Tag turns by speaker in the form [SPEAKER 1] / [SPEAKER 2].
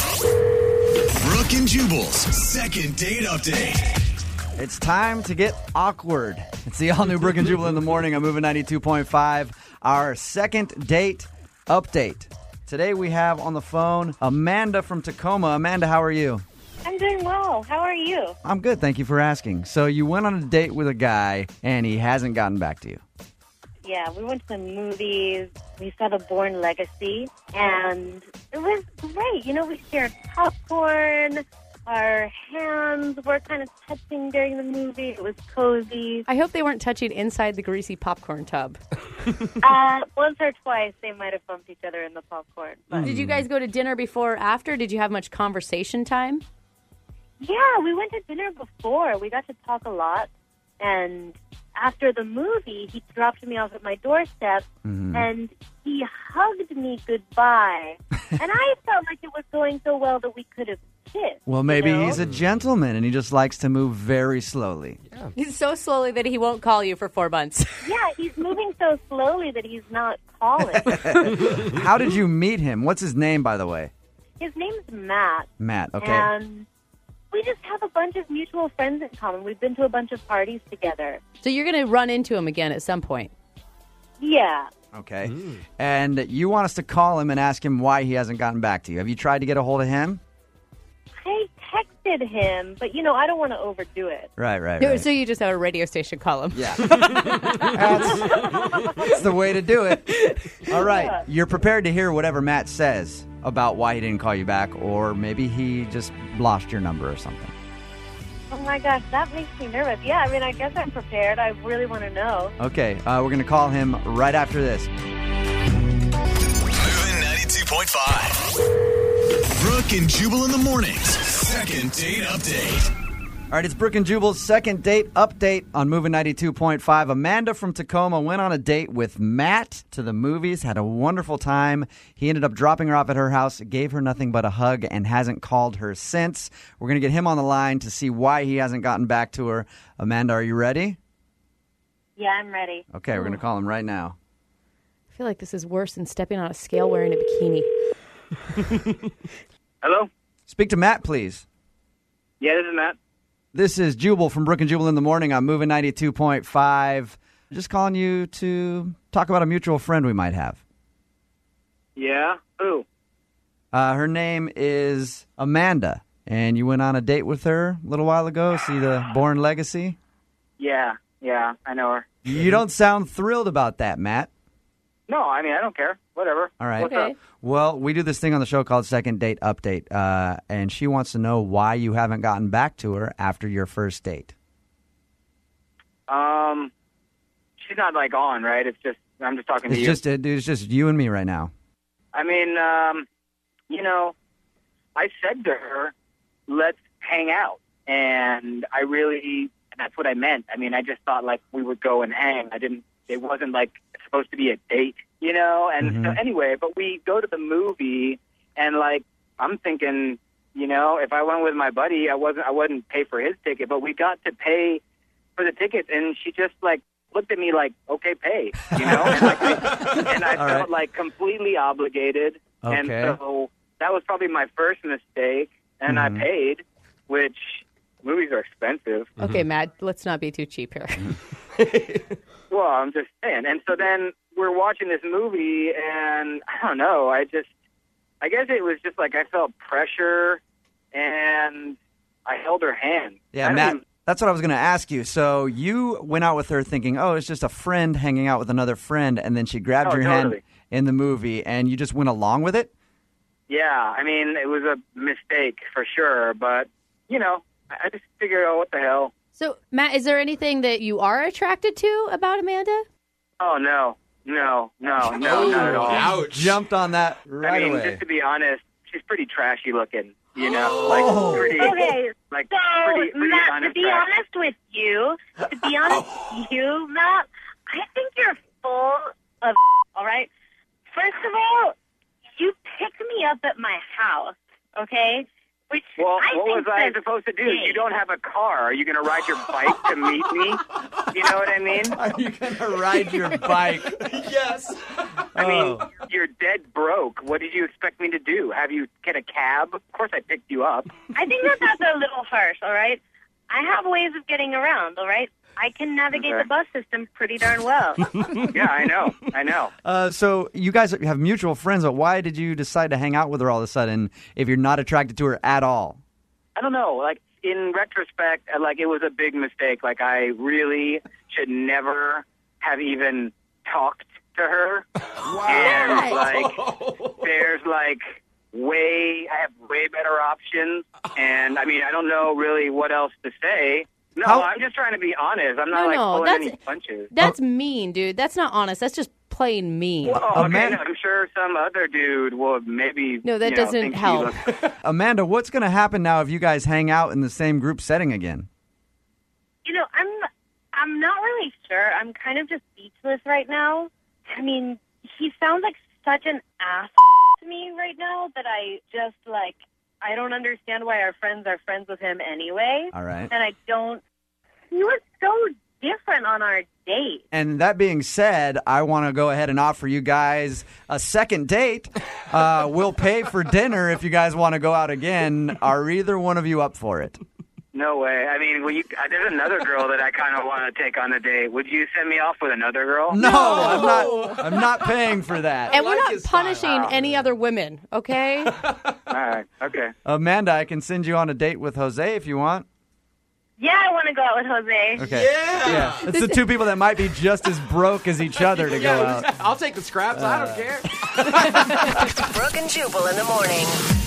[SPEAKER 1] 92.5. Brooke and Jubal's second date update.
[SPEAKER 2] It's time to get awkward. It's the all new Brook and Jubal in the morning. I'm moving 92.5. Our second date update. Today we have on the phone Amanda from Tacoma. Amanda, how are you?
[SPEAKER 3] I'm doing well. How are you?
[SPEAKER 2] I'm good. Thank you for asking. So you went on a date with a guy and he hasn't gotten back to you.
[SPEAKER 3] Yeah, we went to the movies. We saw The Born Legacy, and it was great. You know, we shared popcorn. Our hands were kind of touching during the movie. It was cozy.
[SPEAKER 4] I hope they weren't touching inside the greasy popcorn tub.
[SPEAKER 3] Uh, once or twice, they might have bumped each other in the popcorn. But
[SPEAKER 4] Did you guys go to dinner before or after? Did you have much conversation time?
[SPEAKER 3] yeah, we went to dinner before. We got to talk a lot. And after the movie, he dropped me off at my doorstep
[SPEAKER 2] Mm-hmm.
[SPEAKER 3] and he hugged me goodbye. and I felt like it was going so well that we could have kissed.
[SPEAKER 2] Well, maybe
[SPEAKER 3] you know?
[SPEAKER 2] he's a gentleman and he just likes to move very slowly.
[SPEAKER 4] He's so slowly that he won't call you for four months.
[SPEAKER 3] Yeah, he's moving so slowly that he's not calling.
[SPEAKER 2] How did you meet him? What's his name, by the way?
[SPEAKER 3] His name's Matt.
[SPEAKER 2] Matt. Okay.
[SPEAKER 3] And we just have a bunch of mutual friends in common. We've been to a bunch of parties together.
[SPEAKER 4] so you're going to run into him again at some point.
[SPEAKER 3] Yeah.
[SPEAKER 2] Okay. And you want us to call him and ask him why he hasn't gotten back to you. Have you tried to get a hold of him?
[SPEAKER 3] I texted him, but you know, I don't want to overdo it.
[SPEAKER 2] Right, right,
[SPEAKER 4] No,
[SPEAKER 2] right.
[SPEAKER 4] So you just have a radio station call him.
[SPEAKER 2] yeah. that's, that's the way to do it. All right. You're prepared to hear whatever Matt says about why he didn't call you back, or maybe he just lost your number or something.
[SPEAKER 3] Oh my gosh, that makes me nervous. Yeah, I mean, I guess I'm prepared. I really want to know.
[SPEAKER 2] Okay. Uh, we're going to call him right after this.
[SPEAKER 1] Moving 92.5. Brooke and Jubal in the mornings. Second date update.
[SPEAKER 2] All right, it's Brooke and Jubal's second date update on Moving 92.5. Amanda from Tacoma went on a date with Matt to the movies, had a wonderful time. He ended up dropping her off at her house, gave her nothing but a hug, and hasn't called her since. We're going to get him on the line to see why he hasn't gotten back to her. Amanda, are you ready?
[SPEAKER 3] Yeah, I'm ready.
[SPEAKER 2] Okay, we're going to call him right now.
[SPEAKER 4] I feel like this is worse than stepping on a scale wearing a bikini.
[SPEAKER 5] Hello?
[SPEAKER 2] Speak to Matt, please.
[SPEAKER 5] Yeah, this is Matt.
[SPEAKER 2] This is Jubal from Brook and Jubal in the Morning on Moving 92.5. Just calling you to talk about a mutual friend we might have.
[SPEAKER 5] Yeah? Who?
[SPEAKER 2] Uh, her name is Amanda, and you went on a date with her a little while ago. See the Born Legacy.
[SPEAKER 5] Yeah, yeah, I know her.
[SPEAKER 2] You don't sound thrilled about that, Matt.
[SPEAKER 5] No, I mean, I don't care. Whatever.
[SPEAKER 2] All right.
[SPEAKER 5] What's
[SPEAKER 4] Okay.
[SPEAKER 5] up?
[SPEAKER 2] Well, we do this thing on the show called Second Date Update, uh, and she wants to know why you haven't gotten back to her after your first date.
[SPEAKER 5] Um, she's not, like, on, right? It's just, I'm just talking to
[SPEAKER 2] It's
[SPEAKER 5] you.
[SPEAKER 2] just, it- it's just you and me right now.
[SPEAKER 5] I mean, um, you know, I said to her, let's hang out. And I really, that's what I meant. I mean, I just thought, like, we would go and hang. I didn't, it wasn't, like, supposed to be a date, you know? And
[SPEAKER 2] Mm-hmm.
[SPEAKER 5] so, anyway, but we go to the movie, and, like, I'm thinking, you know, if I went with my buddy, I wasn't, I wouldn't pay for his ticket, but we got to pay for the tickets, and she just, like, looked at me like, okay, pay, you know? and, like, I- and I
[SPEAKER 2] All
[SPEAKER 5] felt
[SPEAKER 2] right.
[SPEAKER 5] like completely obligated. And
[SPEAKER 2] Okay.
[SPEAKER 5] so that was probably my first mistake. And I
[SPEAKER 2] Mm-hmm.
[SPEAKER 5] paid, which movies are expensive.
[SPEAKER 4] Okay, Matt, let's not be too cheap here.
[SPEAKER 5] Well, I'm just saying. And so then we're watching this movie, and I don't know. I just, I guess it was just like I felt pressure, and I held her hand. I
[SPEAKER 2] Yeah,
[SPEAKER 5] don't
[SPEAKER 2] Matt.
[SPEAKER 5] even-
[SPEAKER 2] That's what I was going to ask you. So you went out with her thinking, "Oh, it's just a friend hanging out with another friend," and then she grabbed
[SPEAKER 5] Oh,
[SPEAKER 2] your hand
[SPEAKER 5] totally.
[SPEAKER 2] in the movie, and you just went along with it.
[SPEAKER 5] yeah, I mean, it was a mistake for sure. But you know, I I just figured, oh, what the hell?
[SPEAKER 4] so, Matt, is there anything that you are attracted to about Amanda?
[SPEAKER 5] Oh no, no, no, no, not at all.
[SPEAKER 2] Oh, Jumped on that right
[SPEAKER 5] I mean,
[SPEAKER 2] away.
[SPEAKER 5] just to be honest, she's pretty trashy looking. You know, like pretty,
[SPEAKER 3] Okay,
[SPEAKER 5] like
[SPEAKER 3] so
[SPEAKER 5] pretty, pretty
[SPEAKER 3] Matt, to be
[SPEAKER 5] unattractive.
[SPEAKER 3] honest with you, to be honest with you, Matt, I think you're full of. All right. First of all, you picked me up at my house. Okay. Which
[SPEAKER 5] Well,
[SPEAKER 3] I
[SPEAKER 5] what was
[SPEAKER 3] think
[SPEAKER 5] I
[SPEAKER 3] says
[SPEAKER 5] supposed to do?
[SPEAKER 3] gay.
[SPEAKER 5] You don't have a car. Are you going to ride your bike to meet me? You know what I mean?
[SPEAKER 2] Are you gonna ride your bike? yes.
[SPEAKER 5] I mean, you're dead broke. What did you expect me to do? Have you get a cab? Of course, I picked you up.
[SPEAKER 3] I think that that's a little harsh, all right? I have ways of getting around, all right? I can navigate
[SPEAKER 5] Okay.
[SPEAKER 3] the bus system pretty darn well.
[SPEAKER 5] Yeah, I know. I know.
[SPEAKER 2] Uh, so you guys have mutual friends, but why did you decide to hang out with her all of a sudden if you're not attracted to her at all?
[SPEAKER 5] I don't know. Like in retrospect, uh, like it was a big mistake. Like I really should never have even talked to her. Wow. And like there's like way I have way better options and I mean I don't know really what else to say. No,
[SPEAKER 2] How-
[SPEAKER 5] I'm just trying to be honest. I'm not
[SPEAKER 4] No,
[SPEAKER 5] like
[SPEAKER 4] no,
[SPEAKER 5] pulling
[SPEAKER 4] that's-
[SPEAKER 5] any punches.
[SPEAKER 4] That's mean, dude. That's not honest. That's just plain mean.
[SPEAKER 5] Oh, okay,
[SPEAKER 2] man-
[SPEAKER 5] no, I'm sure some other dude will maybe.
[SPEAKER 4] No, that
[SPEAKER 5] you know,
[SPEAKER 4] doesn't
[SPEAKER 5] think he
[SPEAKER 4] help.
[SPEAKER 5] looks-
[SPEAKER 2] Amanda, what's going to happen now if you guys hang out in the same group setting again?
[SPEAKER 3] you know, I'm I'm not really sure. I'm kind of just speechless right now. I mean, he sounds like such an ass to me right now that I just like I don't understand why our friends are friends with him anyway.
[SPEAKER 2] All right.
[SPEAKER 3] And I don't he was so different on our date.
[SPEAKER 2] And that being said, I want to go ahead and offer you guys a second date. Uh, we'll pay for dinner if you guys want to go out again. Are either one of you up for it?
[SPEAKER 5] No way. I mean, will you, uh, there's another girl that I kind of want to take on a date. Would you send me off with another girl?
[SPEAKER 2] No, I'm not. I'm not paying for that.
[SPEAKER 4] and we're
[SPEAKER 6] like
[SPEAKER 4] not
[SPEAKER 6] his style.
[SPEAKER 4] punishing any other women, okay?
[SPEAKER 5] All right. Okay.
[SPEAKER 2] Amanda, I can send you on a date with Jose if you want.
[SPEAKER 3] Yeah, I want to go out with Jose.
[SPEAKER 2] Okay.
[SPEAKER 6] Yeah.
[SPEAKER 2] Yeah, it's the two people that might be just as broke as each other to go out. Uh,
[SPEAKER 6] I'll take the scraps. I don't care.
[SPEAKER 7] Brooke and Jubal in the morning.